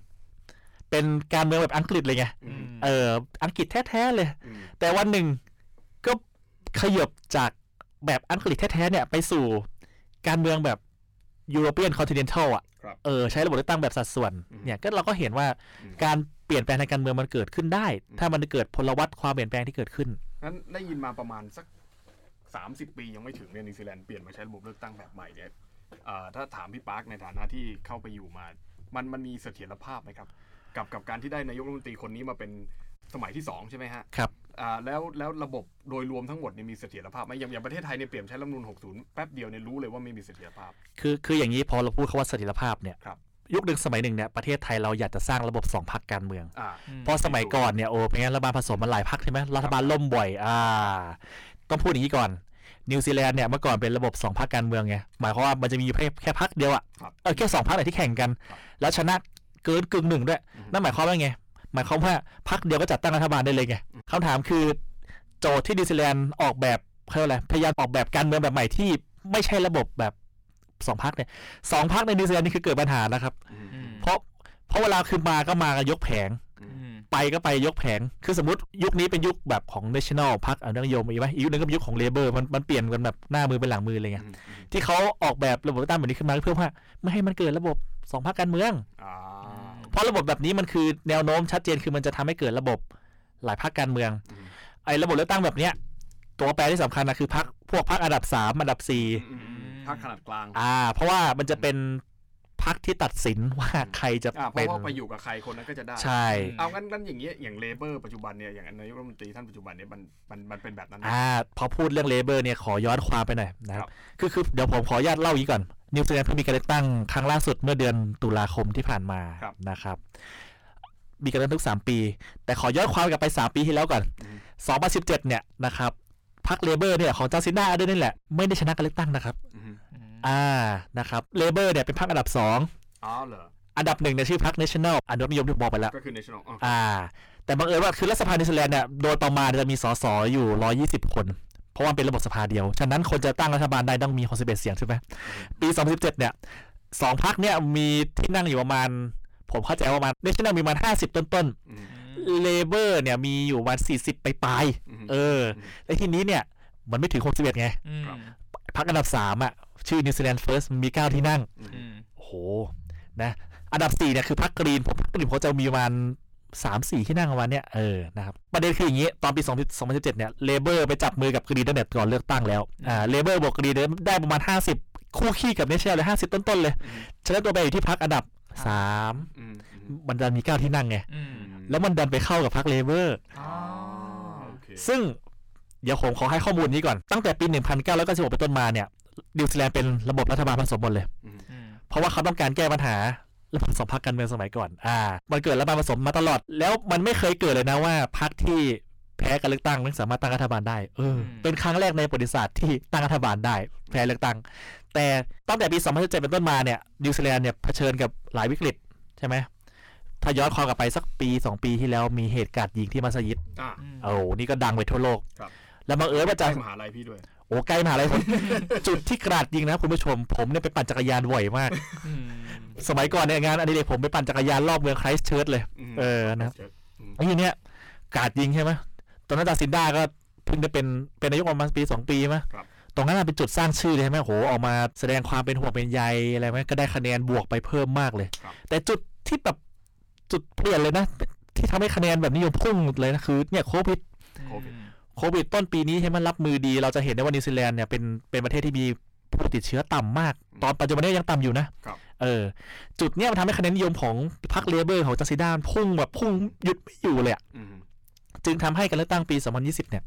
S2: เป็นการเมืองแบบอังกฤษเลยไง
S1: อืม
S2: เออ อังกฤษแท้ๆเลย
S1: อืม
S2: แต่วันหนึ่งก็ขยบจากแบบอังกฤษแท้ๆเนี่ยไปสู่การเมืองแบบยูโรเปียนคอนติเนนทัลอ่ะ
S1: ครับ
S2: เออใช้ระบบเลือกตั้งแบบสัดส่วน
S1: อืม
S2: เนี่ยก็เราก็เห็นว่า
S1: อืม
S2: การเปลี่ยนแปลงทางการเมืองมันเกิดขึ้นได้
S1: อืม
S2: ถ้ามันเกิดพลวัตความเปลี่ยนแปลงที่เกิดขึ้น
S1: นั้นได้ยินมาประมาณสัก 30 ปียังไม่ถึงเนี่ยนิวซีแลนด์เปลี่ยนมาใช้ระบบเลือกตั้งแบบใหม่เนี่ยเอ่อถ้าถามพี่ปาร์คในฐานะที่เข้าไปอยู่มา มันมันมีเสถียรภาพไหมครับ กับกับการที่ได้นายกรัฐมนตรีคนนี้มาเป็นสมัยที่ 2 ใช่ไหมฮะ
S2: ครับ
S1: อ่าแล้วแล้วระบบโดยรวมทั้งหมดเนี่ยมีเสถียรภาพไหมอย่างอย่างประเทศไทยเนี่ยเปลี่ยนใช้รัฐธรรมนูล60 แป๊บเดียวเนี่ยรู้เลยว่าไม่มีเสถียรภาพ
S2: คือคืออย่างนี้พอเราพูดคำว่าเสถียรภาพเนี่ย
S1: ครับ
S2: ยุคหนึ่งสมัยหนึ่งเนี่ยประเทศไทยเราอยากจะสร้างระบบสองพักการเมือง
S1: อ่า
S2: เพราะสมัยก่อนเนี่ยโอ้เป็นไงรัฐบาลผสมมันหลายพักใช่ไหมรัฐบาลล่มบ่อยอ่า ต้องพูดอย่างนี้ก่อน นิวซีแลนด์เนี่ยเมื่อก่อนเป็นระบบสองพักการเมืองไงหมายความว่ามันจะมีอยู่แค่แค่พักเดียวอะ
S1: ครับ
S2: เออแค่สองพักไหนที่แข่งกัน
S1: ครับ
S2: แล้วชนะเกินกึ่งหนึ่งด้วย
S1: อือฮึ
S2: นั่นหมายความว่าไงหมายความว่าพักเดียวก็จัดตั้งรัฐบาลได้เลยไง
S1: อืม
S2: คำถามคือ โจทย์ที่นิวซีแลนด์ออกแบบเขาเรียกอะไรพยายามออกแบบการเมืองแบบใหม่ที่ไม่ใช่ระบบแบบสองพักเนี่ยสองพักในนิวซีแลนด์นี่คือเกิดปัญหานะครับ
S1: อืม
S3: อืม
S2: เพราะเพราะเวลาคือมาก็มากันยกแผง
S3: อืม
S2: ไปก็ไปยกแผง คือสมมติยุคนี้เป็นยุคแบบของ national พรรคอนุรักษ์นิยมอีกไหมอีกยุคนึงก็เป็นยุคของ labor มันมันเปลี่ยนกันแบบหน้ามือเป็นหลังมืออะไรเงี้ย
S1: อืมอืม
S2: ที่เขาออกแบบระบบเลือกตั้งแบบนี้ขึ้นมาเพื่อว่าไม่ให้มันเกิดระบบสองพรรคการเมือง
S1: อ่า
S2: เพราะระบบแบบนี้มันคือแนวโน้มชัดเจนคือมันจะทำให้เกิดระบบหลายพรรคการเมือง ไอ้ระบบเลือกตั้งแบบเนี้ยตัวแปรที่สำคัญนะคือพรรคพวกพรรคอันดับสามอันดับสี่
S1: อืมอืมอืมภาคขนาดกลาง
S2: อ่า เพราะว่ามันจะเป็นพรรคที่ตัดสินว่าใครจะ
S1: อ่าเพ
S2: เป็น
S1: ราะว่าไปอยู่กับใครคนนั้นก็จะได้
S2: ใช่
S1: เอางั้นงั้นอย่างเงี้ยอย่างเลเบอร์ปัจจุบันเนี่ยอย่างนายกรัฐมนตรีท่านปัจจุบันเนี่ยมันมันมันเป็นแบบนั้นไหม
S2: อ่าพอพูดเรื่องเลเบอร์เนี่ยขอย้อนความไปหน่อยนะค
S1: ครั
S2: รับบ คือคือเดี๋ยวผมขออนุญาตเล่าอย่างนี้ก่อน นิวซีแลนด์เพิ่งมีการเลือกตั้งครั้งล่าสุดเมื่อเดือนตุลาคมที่ผ่านมานะครับ มีการเลือกตั้งทุก 3 ปี แต่ขอย้อนความกลับไป 3 ปีที่แล้วก่อน 2017 เนี่ยนะครับพรรคเลเบอร์เนี่ยของจาซินดาอาเดนนี่แหละไม่ได้ชนะการเลือกตั้งนะครับ
S1: อืม
S3: อืม
S2: อ่านะครับเลเบอร์เนี่ยเป็นพรรคอันดับ 2
S1: อ๋อเหรอ
S2: อันดับหนึ่งเนี่ยชื่อพรรคเนชั่นแนลอนุรักษ์นิยมที่ผมบอกไปแล้ว
S1: ก็คือ national อ๋อ
S2: อ่า แต่บังเอิญว่าคือรัฐสภานิวซีแลนด์เนี่ยโดยประมาณจะมีสสอยู่ 120 คน เพราะว่ามันเป็นระบบสภาเดียว ฉะนั้นคนจะตั้งรัฐบาลได้ต้องมี 61 เสียงใช่ไหมปี 2017 เนี่ยสองพักเนี่ยมีที่นั่งอยู่ประมาณ ผมเข้าใจว่าประมาณเนชั่นแนลมีประมาณ 50 ต้น
S1: อืม
S2: ๆเลเบอร์เนี่ยมีอยู่ประมาณ 40 ไปปลาย
S1: อืม
S2: ๆเออ
S1: อืม
S2: และทีนี้เนี่ยมันไม่ถึง 61 ไง
S3: อืม
S1: ครับ
S2: พรรคอันดับ 3 อ่ะ ชื่อนิวซีแลนด์เฟิร์สมี 9 ที่นั่ง
S1: อื
S3: อื
S1: ม
S3: ม
S2: โอ้โห นะ อันดับสี่เนี่ยคือพรรคกรีน ผมพรรคกรีนเขาจะมีประมาณสามสี่ที่นั่งประมาณเนี้ยเออ นะครับ ประเด็นคืออย่างนี้ ตอนปี2 0 1 7เนี่ย เลเบอร์ไปจับมือกับกรีนตั้งแต่ก่อนเลือกตั้งแล้ว อ่า เลเบอร์บวกกรีนเนี่ยได้ประมาณ 50 คู่ขี้กับเนเชลเลย50 ต้นๆเลย ฉะนั้นตัวไปอยู่ที่พรรคอันดับ 3
S1: อืมอืม
S2: มันดันมี 9 ที่นั่งไง
S3: อืม
S2: แล้วมันดันไปเข้ากับพรรคเลเบอร์
S3: อ๋อ
S1: โอเค
S2: ซึ่งเดี๋ยวผมขอให้ข้อมูลนี้ก่อน ตั้งแต่ปี 1996เป็นต้นมาเนี่ย นิวซีแลนด์เป็นระบบรัฐบาลผสมหมดเลย
S1: อืม
S3: อืม
S2: เพราะว่าเขาต้องการแก้ปัญหาระบบสองพักการเมืองสมัยก่อน อ่า มันเกิดระบาดผสมมาตลอด แล้วมันไม่เคยเกิดเลยนะว่าพักที่แพ้การเลือกตั้งไม่สามารถตั้งรัฐบาลได้ เออ เป็นครั้งแรกในประวัติศาสตร์ที่ตั้งรัฐบาลได้ แพ้เลือกตั้ง แต่ตั้งแต่ปี 2017 เป็นต้นมาเนี่ย นิวซีแลนด์เนี่ยเผชิญกับหลายวิกฤตใช่ไหม ถ้าย้อนความกลับไปสักปี 2 ปีที่แล้วมีเหตุการณ์ยิงที่มัสยิด
S1: อ่ะ
S3: อืม
S2: โอ้โหนี่ก็ดังไปทั่วโลก
S1: ครับ
S2: แล้วบังเอิญว่า
S1: ใก
S2: จะ
S1: ล้มหาลัยพี่ด้วย
S2: โอ้ใกล้มหาลัย ผม จุดที่กราดยิงนะคุณผู้ชม ผมเนี่ยไปปั่นจักรยานบ่อยมาก
S3: อืม
S2: สมัยก่อนเนี่ยงานอดิเรกผมไปปั่นจักรยานรอบเมืองไครสต์เชิร์ชเลย
S1: อืม
S2: เออนะครับ
S1: เชิญอืม
S2: ไอ้ทีเนี้ยกราดยิงใช่ไหมตอนนั้นจาซินดาก็เพิ่งได้เป็นเป็นนายกประมาณปีสองปีมั้ย
S1: ครับ
S2: ตรงนั้นนะเป็นจุดสร้างชื่อเลยใช่ไหมโหออกมาแสดงความเป็นห่วงเป็นใยอะไรไหมก็ได้คะแนนบวกไปเพิ่มมากเลย
S1: ครับ
S2: แต่จุดที่แบบจุดเปลี่ยนเลยนะ ที่ทำให้คะแนนแบบนิยมพุ่งเลยนะคือเนี่ยโควิด
S1: โควิด
S2: โควิดต้นปีนี้ใช่ไหมรับมือดี เราจะเห็นได้ว่านิวซีแลนด์เนี่ยเป็นเป็นประเทศที่มีผู้ติดเชื้อต่ำมาก ตอนปัจจุบันเนี้ยังต่ำอยู่นะครับ เออ จุดเนี้ยมันทำให้คะแนนนิยมของพรรคเลเบอร์ของจัสซิดานพุ่งแบบพุ่งหยุดไม่อยู่เลยอะ
S1: อืม
S2: จึงทำให้การเลือกตั้งปี 2020 เนี่ย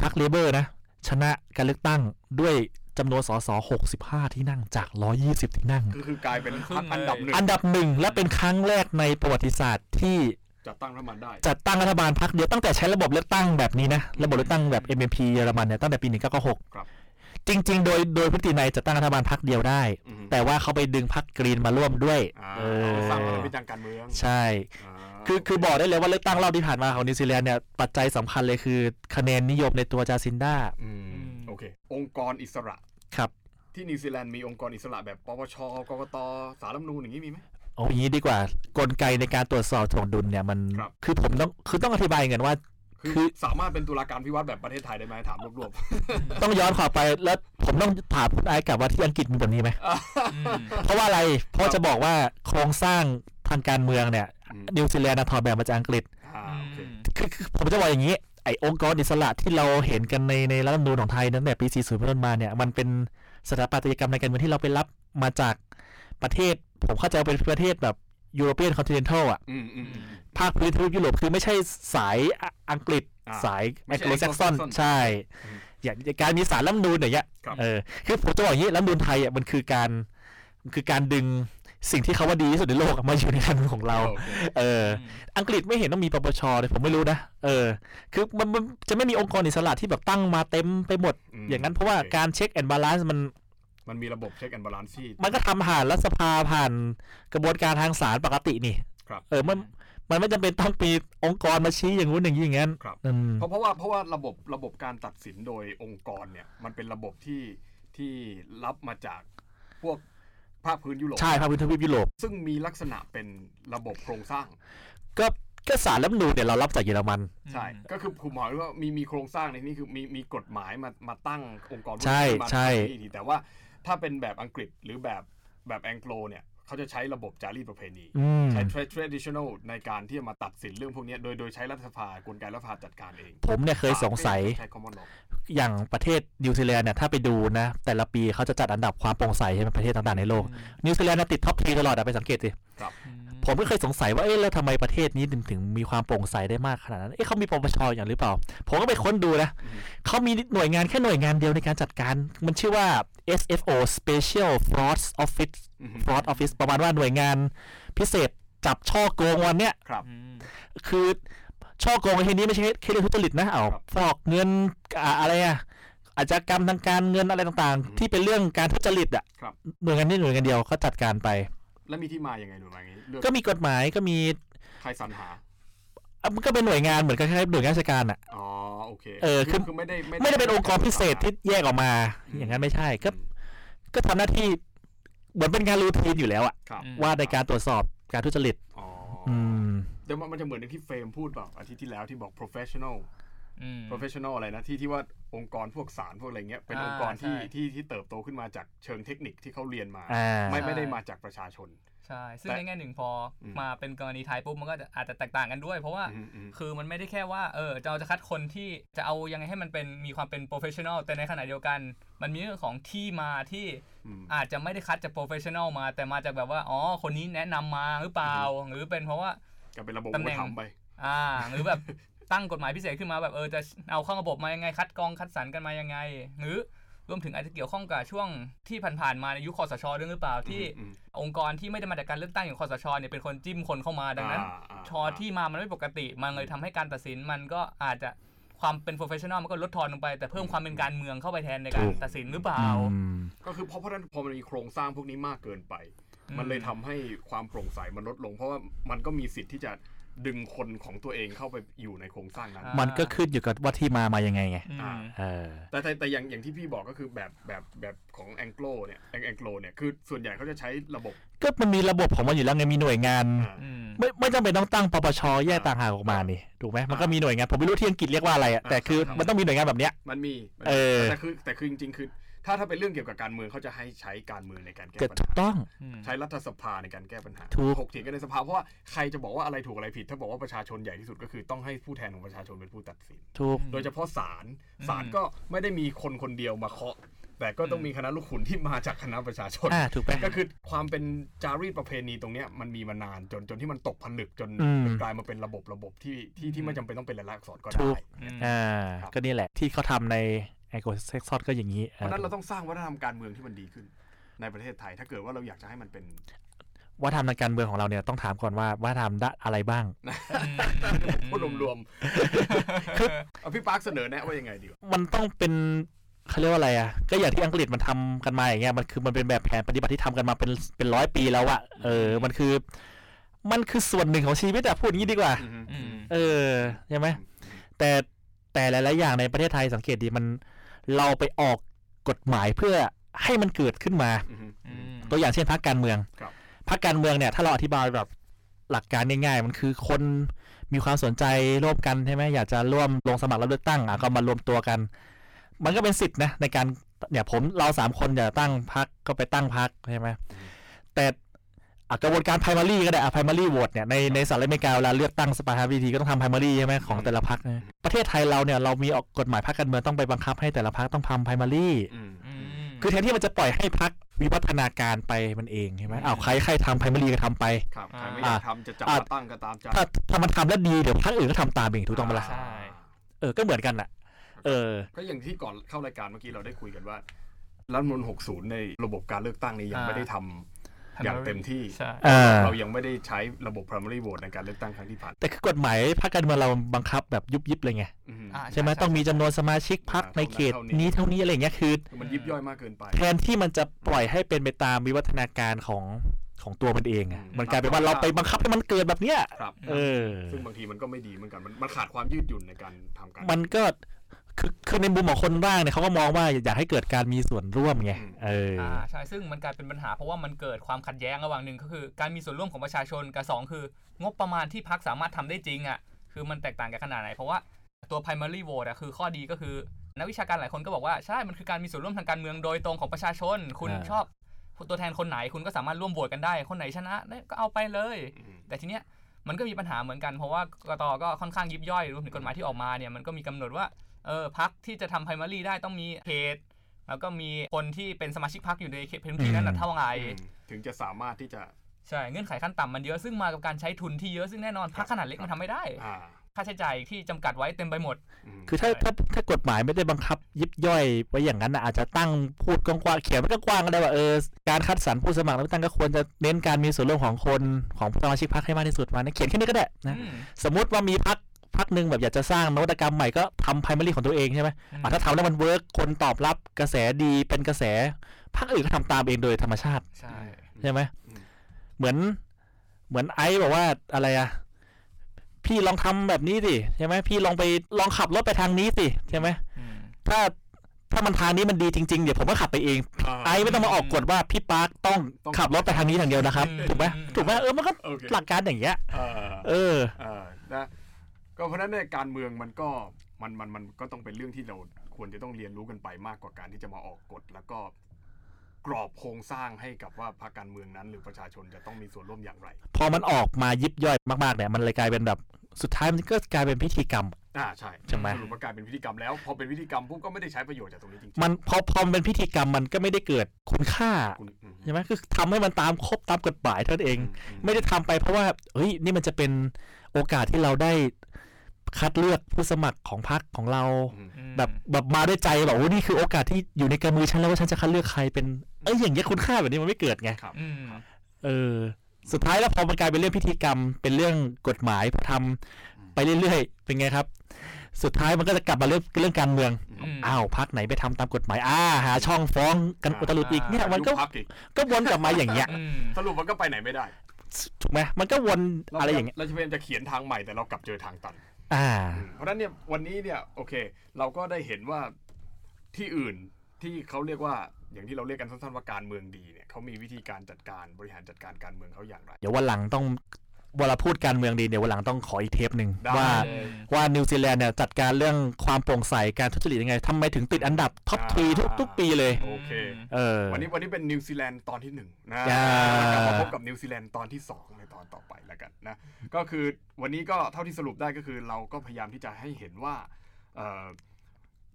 S2: พรรคเลเบอร์นะ ชนะการเลือกตั้งด้วยจำนวนสส65 ที่นั่งจาก 120 ที่นั่ง
S1: คือคือกลายเป็นพรรคอันดับหนึ่ง
S2: อันดับหนึ่งและเป็นครั้งแรกในประวัติศาสตร์ที่
S1: จัดตั้งรัฐบาลได้
S2: จัดตั้งรัฐบาลพรรคเดียวตั้งแต่ใช้ระบบเลือกตั้งแบบนี้นะ ระบบเลือกตั้งแบบ MMP เยอรมันเนี่ยตั้งแต่ปี 1996
S1: ครับ
S2: จริง ๆ โดยโดยพฤตินัยจัดตั้งรัฐบาลพรรคเดียวได้
S1: อืม
S2: แต่ว่าเขาไปดึงพรรคกรีนมาร่วมด้วย
S1: อ่า
S2: เอ
S1: สร้างความ
S2: อ
S1: เป็นทางการเมือง
S2: ใช่
S1: า
S2: คือคือบอกได้เลยว่าเลือกตั้งรอบที่ผ่านมาของนิวซีแลนด์เนี่ยปัจจัยสำคัญเลยคือ คะแนนนิยมในตัวจาซินดา
S1: อืมโอเค องค์กรอิสระ
S2: ครับ
S1: ที่นิวซีแลนด์มีองค์กรอิสระแบบปปชกกตสารรัฐธรรมนูญอย่างนี้มีไหม
S2: เอาอย่างนี้ดีกว่ากลไกในการตรวจสอบถ่วงดุลเนี่ยมัน
S1: ครับ
S2: คือผมต้องคือต้องอธิบายอย่างนั้นว่า คื
S1: คือ อสามารถเป็นตุลาการพิวัตรแบบประเทศไทยได้ไหมถามรวบ
S2: ต้องย้อนขวาไปแล้วผมต้องถามคุณไอซ์กลับว่าที่อังกฤษมีแบบนี้ไหม
S3: อืม
S2: เพราะว่าอะไร เพ
S1: ครั
S2: ราะ
S1: บ
S2: จะบอกว่าโครงสร้างทางการเมืองเนี่ย
S1: อืม
S2: นิวซีแลนด์อะถอดแบบมาจากอังกฤษ
S1: ๆอ่าโอเค
S2: คือคือผมจะบอกอย่างนี้ ไอองค์กรอิสระที่เราเห็นกันในในรัฐธรรมนูญของไทยตั้งแต่ปี 40 เป็นต้นมาเนี่ย มันเป็นสถาปัตยกรรมในการเมืองที่เราไปรับมาจากประเทศ ผมเข้าใจว่าเป็นประเทศแบบยูโรเปียนคอนติเนนทัลอ่ะ
S1: อืมอืมอืม
S2: ภาคพื้นทวีปยุโรปคือไม่ใช่สายอะอังกฤษ
S1: อ่า
S2: สาย
S1: ไม่
S2: แอง
S1: ใช่
S2: โกลแซกซอน
S1: Anglo-Saxon
S2: ใช่
S1: อืม
S2: อย่างอย่างการมีสารรัฐธรรมนูนอย่างเงี้ย
S1: ครับ
S2: เออคือผมจะบอกอย่างนี้รัฐธรรมนูนไทยอ่ะมันคือการมันคือการดึงสิ่งที่เขาว่าดีที่สุดในโลก อะมาอยู่ในรัฐธรรมนูญของเรา
S1: โอเค
S2: เออ
S3: อืม
S2: อังกฤษไม่เห็นต้องมีปปชเลยผมไม่รู้นะเออ คือมันมันจะไม่มีองค์กรอิสระที่แบบตั้งมาเต็มไปหมด
S1: ม
S2: อย่างนั้นเพราะว่า
S1: โอค
S2: การเช็คแอนด์บาลานซ์มัน
S1: มันมีระบบเช็คแอนด์บาลานซ์ที่
S2: มันก็ทำผ่านรัฐสภาผ่านกระบวนการทางศาลปกตินี่
S1: ครับ
S2: เออมันมันไม่จำเป็นต้องมีองค์กรมาชี้อย่างงู้นอย่างนี้อย่างนั้น
S1: ครับ
S2: อืม
S1: เพราะเพราะว่าเพราะว่าระบบระบบการตัดสินโดยองค์กรเนี่ยมันเป็นระบบที่ที่รับมาจากพวกภาคพื้นยุโรป
S2: ใช่ภาคพื้นทวีปยุโรป
S1: ซึ่งมีลักษณะเป็นระบบโครงสร้าง
S2: ก็ ก็สารรัฐธรรมนูญเนี่ยเรารับจากเยอรมัน
S1: ใช่ ก็คือผมหมายว่ามีมีโครงสร้างในนี้คือมีมีกฎหมายมามาตั้งองค์กร
S2: ใช่
S1: ผู้มา
S2: ใช่
S1: ทำนี่ดีแต่ว่าถ้าเป็นแบบอังกฤษหรือแบบแบบแองโกลเนี่ย เขาจะใช้ระบบจารีตประเพณี
S2: อืม
S1: ใช้ tra- traditional ในการที่จะมาตัดสินเรื่องพวกเนี้ยโดยโดยใช้รัฐสภากลไกรัฐสภาจัดการเอง
S2: ผมเนี่ยเคยสงสัย
S1: ใช้ common law
S2: อย่างประเทศนิวซีแลนด์เนี่ยถ้าไปดูนะ แต่ละปีเขาจะจัดอันดับความโปร่งใสใช่ไหมประเทศต่างๆในโลก นิวซีแลนด์น่ะติดท็อปทีตลอดอะไปสังเกตสิ
S3: อื
S2: ผมก็เคยสงสัยว่า เอ๊ะแล้วทำไมประเทศนี้ถึงมีความโปร่งใสได้มากขนาดนั้น เอ๊ะเขามีปปชอย่างหรือเปล่า ผมก็ไปค้นดูนะ
S1: อืม
S2: เขามีหน่วยงานแค่หน่วยงานเดียวในการจัดการ มันชื่อว่า SFO Special Fraud Office
S1: อือฮึ
S2: Fraud Office ประมาณว่าหน่วยงานพิเศษจับช่อโกงวันเนี้ย
S1: ครับ
S3: อืม
S2: คือช่อโกงในที่นี้ไม่ใช่แค่เรื่องทุจริตนะเอา
S1: ครับ
S2: ฟอกเงินอ่าอะไรอะอาชญากรรมทางการเงินอะไรต่าง
S1: อืม
S2: ๆ ที่เป็นเรื่องการทุจริตอะ
S1: ครับ
S2: หน่วยงานนี้หน่วยงานเดียวเขาจัดการไป
S1: แล้วมีที่มายังไงหนูมาอย่างนี้เลือก
S2: ก็มีกฎหมายก็มี
S1: ใครสรรหา
S2: อ่ะมันก็เป็นหน่วยงานเหมือนกับคล้ายๆหน่วยงานราชการอะ
S1: อ๋อโอเค
S2: เออคือ
S1: คือไม่ได้
S2: ไม่ได้เป็นองค์กรพิเศษที่แยกออกมา
S1: อืม
S2: อย่างนั้นไม่ใช่ก็
S1: อืม
S2: ก็ทำหน้าที่เหมือนเป็นงานรูทีนอยู่แล้วอะ
S1: ครับ
S3: อืม
S2: ว่าในการตรวจสอบการทุจริต
S1: อ๋ออ
S2: อืม
S1: เดี๋ยวมันมันจะเหมือนในที่เฟรมพูดแบบอาทิตย์ที่แล้วที่บอก professional
S3: อืม
S1: professional อะไรนะที่ที่ว่าองค์กรพวกสารพวกอะไรเงี้ยเป็น
S3: อ่า
S1: องค์กรที่
S3: ใช่
S1: ที่ที่เติบโตขึ้นมาจากเชิงเทคนิคที่เขาเรียนมา
S2: อ่า
S1: ไม่ไม่ได้มาจากประชาชน
S3: ใช่ ซึ่ง
S1: แต่
S3: ในแง่หนึ่งพออ
S1: ม
S3: มาเป็นกรณีไทยปุ๊บมันก็จะอาจจะแตกต่างกันด้วย เพราะว่า
S1: อืมอืม
S3: คือมันไม่ได้แค่ว่า เออจะเราจะคัดคนที่จะเอายังไงให้มันเป็นมีความเป็นโปรเฟชชั่นอล แต่ในขณะเดียวกัน มันมีเรื่องของที่มาที่
S1: อืม
S3: อาจจะไม่ได้คัดจากโปรเฟชชั่นอลมา แต่มาจากแบบว่า อ๋อ คนนี้แนะนำมาหรือเปล่า หรือเป็นเพราะว่า
S1: ก็เป็นระบบ
S3: ตำแหน่ง
S1: อุปถัมภ์ไป
S3: อ่า หรือแบบ ตั้งกฎหมายพิเศษขึ้นมาแบบเออจะเอาเข้าระบบมายังไง คัดกรองคัดสรรกันมายังไง หรือรวมถึงอาจจะเกี่ยวข้องกับช่วงที่ผ่านๆมาในยุคคอสชด้วยหรือเปล่าที่
S1: อืม
S3: องค์กรที่ไม่ได้มาจากการเลือกตั้งอย่างคอสชเนี่ยเป็นคนจิ้มคนเข้ามาดังนั้น
S1: อ่าอ่า
S3: ชอที่มามันไม่ปกติ มันเลยทำให้การตัดสินมันก็อาจจะความเป็น professional มันก็ลดทอนลงไป แต่เพิ่มความเป็นการเมืองเข้าไปแทนในการ
S2: ถูก
S3: ตัดสินหรือเปล่า
S2: อืม
S1: ก็คือเพราะเพราะฉะนั้นพอมันมีโครงสร้างพวกนี้มากเกินไป มันเลยทำให้ความโปร่งใสมันลดลง เพราะว่ามันก็มีสิทธิ์ที่จะดึงคนของตัวเองเข้าไปอยู่ในโครงสร้างนั้น
S3: อ่า
S2: มันก็ขึ้นอยู่กับว่าที่มามายังไงไง
S3: อืม
S1: อ่า
S2: เออ
S1: แต่แต่แต่อย่างอย่างที่พี่บอกก็คือแบบแบบแบบของแองโกลเนี่ยแองแองโกลเนี่ยคือส่วนใหญ่เขาจะใช้ระบบ
S2: ก็มันมีระบบของมันอยู่แล้วไงมีหน่วยงาน
S1: อ่า
S3: อืม
S2: ไม่ไม่จำเป็นต้องตั้งปปชแยกต่างหากออกมานี่ถูกไหมมันก็มีหน่วยงานผมไม่รู้ที่อังกฤษเรียกว่าอะไรอะแต่คือ
S1: ครับ
S2: มันต้องมีหน่วยงานแบบเนี้ย
S1: มันมีมันมี
S2: เออ
S1: แต่คือแต่คือจริงๆคือถ้าถ้าเป็นเรื่องเกี่ยวกับการเมืองเขาจะให้ใช้การเมืองในการแก้
S2: เกิด
S1: ปัญ
S2: ถูก
S1: หา
S2: ต้อง
S1: ใช้รัฐสภาในการแก้ปัญหา
S2: ถูก
S1: ถกเถียงกันในสภาเพราะว่าใครจะบอกว่าอะไรถูกอะไรผิด ถ้าบอกว่าประชาชนใหญ่ที่สุดก็คือต้องให้ผู้แทนของประชาชนเป็นผู้ตัดสิน
S2: ถูก
S1: โดยเฉพาะศาล
S3: อืม
S1: ศาลก็ไม่ได้มีคนคนเดียวมาเคาะ แต่ก็ต้องมีคณะลูกขุนที่มาจากคณะประชาชน
S2: อ่าถูกไหม
S1: ก็คือความเป็นจารีตประเพณีตรงเนี้ยมันมีมานานจนจนที่มันตกผลึกจน
S2: อืม
S1: กลายมาเป็นระบบระบบที่ที่ที่ไม่จำเป็นต้องเป็นลายลักษณ์อักษรก็
S2: ถู
S1: ได้
S2: ก
S3: อืม
S2: อ่า
S1: ครับ
S2: ก็นี่แหละที่เขาทำในไอโกเซ็กซอนก็อย่างนี้
S1: เพราะฉะนั้นเราต้องสร้างวัฒนธรรมการเมืองที่มันดีขึ้น ในประเทศไทยถ้าเกิดว่าเราอยากจะให้มันเป็น
S2: ว่าทำทางการเมืองของเราเนี่ยต้องถามก่อนว่าว่าทำได้อะไรบ้าง
S1: พูดรวม
S2: คือ
S1: ๆเอาพี่ปาร์คเสนอแนะว่ายังไงดีวะ
S2: มันต้องเป็นเขาเรียกว่าอะไรอ่ะก็อย่างที่อังกฤษมันทำกันมาอย่างเงี้ยมันคือมันเป็นแบบแผนปฏิบัติที่ทำกันมาเป็นเป็นร้อยปีแล้วอะเออมันคือ มันคือส่วนหนึ่งของชีวิตอะพูดอย่างนี้ดีกว่า
S1: อืม
S3: อืม
S2: เออใช่ไหม แต่แต่หลาย ๆ อย่างในประเทศไทยสังเกตดีมันเราไปออกกฎหมายเพื่อให้มันเกิดขึ้นมา
S1: อืมอืม
S2: ตัวอย่างเช่นพรรคการเมือง
S1: ครับ
S2: พรรคการเมืองเนี่ยถ้าเราอธิบายแบบหลักการง่าย ๆ มันคือคนมีความสนใจร่วมกันใช่ไหมอยากจะร่วมลงสมัครรับเลือกตั้งอ่ะก็มารวมตัวกัน มันก็เป็นสิทธินะในการเนี่ยผมเราสามคนอยากตั้งพรรคก็ไปตั้งพรรคใช่ไหมแต่อ่ะกระบวนการไพรมารีก็ได้อ่ะไพรมารีโหวตเนี่ยในในสหรัฐอเมริกาเวลาเลือกตั้งสภาธาวิธีก็ต้องทำไพรมารีใช่ไหมของแต่ละพรรคนะประเทศไทยเราเนี่ยเรามีออกกฎหมายพรรคการเมืองต้องไปบังคับให้แต่ละพรรคต้องทำไพรมารี
S1: อืมอืม
S2: คือแทนที่มันจะปล่อยให้พักวิวัฒนาการไปมันเองใช่ไหม
S1: อืม
S2: อ้าวใครใครทำไพรมารีก็ทำไป
S1: ครับ
S3: อ่า
S1: ใครไม่อยากทำจะจับ
S2: อ่ะ
S1: มาตั้งก็ตามใจ
S2: ถ้าถ้ามันทำแล้วดีเดี๋ยวพักอื่นก็ทำตามเองถูกต้องไหมล่ะ
S3: ใช่
S2: เออก็เหมือนกันอ่ะ เออ
S1: ก็อย่างที่ก่อนเข้ารายการเมื่อกี้เราได้คุยกันว่ารัฐธรรมนูล60 ในระบบการเลือกตั้งนี้ยัง
S3: อ่า
S1: ไม่ได้ทำ อย่างเต็มที่
S3: ใช่
S2: เออ
S1: เรายังไม่ได้ใช้ระบบ primary vote ในการเลือกตั้งครั้งที่ผ่าน
S2: แต่คือกฎหมายพักการเมืองเราบังคับแบบยุบยิบเลยไง
S1: อืม
S3: อ่า
S2: ใช่ไหมต้องมีจำนวนสมาชิกพักในเขต
S1: เท่านี้
S2: นี้เท่านี้อะไรอย่างเงี้ยคือ
S1: คือมันยิบย่อยมากเกินไป
S2: แทนที่มันจะปล่อยให้เป็นไปตามวิวัฒนาการของของตัวมันเองอะมันกลายเป็นว่าเราไปบังคับให้มันเกิดแบบเนี้ย
S1: ครับ
S2: เออ
S1: ซึ่งบางทีมันก็ไม่ดีเหมือนกันมันมันขาดความยืดหยุ่นในการทำการ
S2: มันก็ คือคือในมุมของคนร่างเนี่ยเขาก็มองว่าอยากให้เกิดการมีส่วนร่วมไงเออ
S3: อ่าใช่ซึ่งมันกลายเป็นปัญหาเพราะว่ามันเกิดความขัดแย้งระหว่างหนึ่งก็คือ การมีส่วนร่วมของประชาชนกับสองคือ งบประมาณที่พักสามารถทำได้จริงอ่ะคือมันแตกต่างกันขนาดไหน เพราะว่าตัว primary vote อะคือข้อดีก็คือนักวิชาการหลายคนก็บอกว่าใช่มันคือการมีส่วนร่วมทางการเมืองโดยตรงของประชาชน คุณชอบตัวแทนคนไหนคุณก็สามารถร่วมโหวตกันได้ คนไหนชนะได้ก็เอาไปเลย
S1: อืม
S3: แต่ทีเนี้ยมันก็มีปัญหาเหมือนกัน เพราะว่ากตก็ค่อนข้างยิบย่อยรวมถึงกฎหมายที่ออกมาเนี่ยมันก็มีกำหนดว่าเออพักที่จะทำไพรมารีได้ต้องมีเขตแล้วก็มีคนที่เป็นสมาชิกพักอยู่ในเขตพื้นที่นั้นนะเท่าไหร่
S1: ถึงจะสามารถที่จะ
S3: ใช่เงื่อนไขขั้นต่ำมันเยอะซึ่งมากับการใช้ทุนที่เยอะซึ่งแน่นอนพักขนาดเล็กมันทำไม่ได้
S1: อ่า
S3: ค่าใช้จ่ายที่จำกัดไว้เต็มไปหมด
S1: ม
S2: คือถ้าถ้าถ้ากฎหมายไม่ได้บังคับยิบย่อยไว้อย่างนั้นนะอาจจะตั้งพูดกว้างๆเขียนไว้กว้างๆก็ได้ว่าเออการคัดสรรผู้สมัครแล้วตั้งก็ควรจะเน้นการมีส่วนร่วมของคนของสมาชิกพรรคให้มากที่สุดมานะเขียนแค่นี้ก็ได้นะ
S3: อืม
S2: สมมติว่ามีพักพักหนึ่งแบบอยากจะสร้างนวัตกรรมใหม่ก็ทำ primary ของตัวเองใช่ไหม
S3: อืม
S2: อ่ะถ้าทำแล้วมันเวิร์กคนตอบรับกระแสดีเป็นกระแสพักอื่นก็ทำตามเองโดยธรรมชาติ
S3: ใช่
S2: ใช่ไหม
S1: อืม
S2: เหมือน เหมือนไอซ์บอกว่าอะไรอะพี่ลองทำแบบนี้สิใช่ไหมพี่ลองไปลองขับรถไปทางนี้สิใช่ไหม
S3: อืม
S2: ถ้าถ้ามันทางนี้มันดีจริง ๆ เดี๋ยวผมก็ขับไปเอง ไอซ์ไม่ต้องมาออกกฎว่าพี่ปาร์คต้องขับรถไปทางนี้อย่างเดียวนะครับถูกไหมถูกไหมเออมันก็
S1: โอเค
S2: หลักการอย่างเงี้ย
S1: เอ่อ
S2: เออ
S1: อ่านะก็เพราะฉะนั้นในยการเมืองมันก็มันมันมันก็ต้องเป็นเรื่องที่เราควรจะต้องเรียนรู้กันไปมากกว่าการที่จะมาออกกฎ แล้วก็กรอบโครงสร้างให้กับว่าพรรคการเมืองนั้น หรือประชาชนจะต้องมีส่วนร่วมอย่างไร
S2: พอมันออกมายิบย่อยมากๆเนี่ยมันเลยกลายเป็นแบบสุดท้ายมันก็กลายเป็นพิธีกรรม
S1: อ่าใช่
S2: ใช่ไหม
S1: สรุปว่ากลายเป็นพิธีกรรมแล้ว พอเป็นพิธีกรรมปุ๊บก็ไม่ได้ใช้ประโยชน์จากตรงนี้จริง
S2: มันพอพอมันเป็นพิธีกรรมมันก็ไม่ได้เกิดคุณค่า
S1: ๆคุณอืม
S2: ใช่ไหมคือทำให้มันตามครบตามกฎหมายเท่านั้นเอง
S1: อือื
S2: ไม่ได้ทำไปเพราะว่าเฮ้ยนี่มันจะเป็นโอกาสที่เราได้คัดเลือกผู้สมัครของพรรคของเรา
S1: อืม
S3: อืม
S2: แบบแบบมาด้วยใจแบบโอ้นี่คือโอกาสที่อยู่ในกำมือฉันแล้วว่าฉันจะคัดเลือกใครเป็นเอ้ยอย่างเงี้ยคุณค่าแบบนี้มันไม่เกิดไง
S1: ครับ
S3: อืม
S2: เออสุดท้ายแล้วพอมันกลายเป็นเรื่องพิธีกรรม เป็นเรื่องกฎหมายพอทำไปเรื่อยๆ เป็นไงครับ สุดท้ายมันก็จะกลับมาเรื่องเรื่องการเมือง
S3: อืม
S2: อ้าวพักไหนไปทำตามกฎหมายอ่าหาช่องฟ้องกันอุตลุดอีกเนี่ยมันก็
S1: ยุบพรรคอี
S2: ก็วนกลับมาอย่างเงี้ย
S3: อืม
S1: สรุปมันก็ไปไหนไม่ได้
S2: ถูกไหมมันก็วนอะไรอย่างเงี้ย
S1: เราจะพยายามจะเขียนทางใหม่แต่เรากลับเจอทางตัน
S2: อ่า
S1: อืมเพราะฉะนั้นเนี่ยวันนี้เนี่ยโอเค เราก็ได้เห็นว่าที่อื่นที่เขาเรียกว่าอย่างที่เราเรียกกันสั้นๆว่าการเมืองดีเนี่ยเขามีวิธีการจัดการบริหารจัดการการเมืองเขาอย่างไร
S2: เดี๋ยววันหลังต้องเวลาพูดการเมืองดีเดี๋ยววันหลังต้องขออีกเทปหนึ่ง
S1: ได้
S2: ว่า
S3: เออ
S2: ว่านิวซีแลนด์เนี่ยจัดการเรื่องความโปร่งใสการทุจริตยังไงทำไมถึงติดอันดับท็อปทรีทุกทุกๆปีเลย
S1: โอเค
S2: เออ
S1: วันนี้วันนี้เป็นนิวซีแลนด์ตอนที่หนึ่งนะ
S2: จ้า
S1: กลับมาพบกับนิวซีแลนด์ตอนที่สองในตอนต่อไปแล้วกันนะ ก็คือวันนี้ก็เท่าที่สรุปได้ก็คือเราก็พยายามที่จะให้เห็นว่าเอ่อ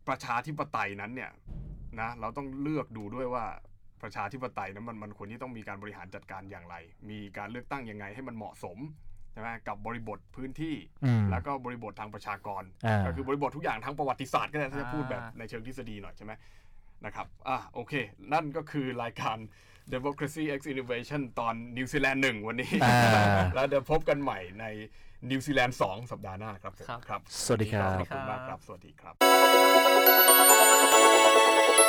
S1: ประชาธิปไตยนั้นเนี่ยนะเราต้องเลือกดูด้วยว่าประชาธิปไตยนั้นมันมันควรที่ต้องมีการบริหารจัดการอย่างไร มีการเลือกตั้งยังไงให้มันเหมาะสมใช่ไหมกับบริบทพื้นที่
S2: อืม
S1: แล้วก็บริบททางประชากร
S2: อ่า
S1: ก็คือบริบททุกอย่างทางประวัติศาสตร์ก็ได้ถ้าจะ
S3: อ่า
S1: พูดแบบในเชิงทฤษฎีหน่อยใช่ไหมนะครับอ่ะโอเค นั่นก็คือรายการ Democracy X Innovation ตอนนิวซีแลนด์หนึ่งวันนี้
S2: อ่า
S1: แล้วเดี๋ยวพบกันใหม่ในนิวซีแลนด์สองสัปดาห์หน้าครับผม
S3: ครับ
S1: ครับ
S2: สวัสดีค
S1: ข
S2: รับ
S1: อบคุณมากครับ สวัสดีครับ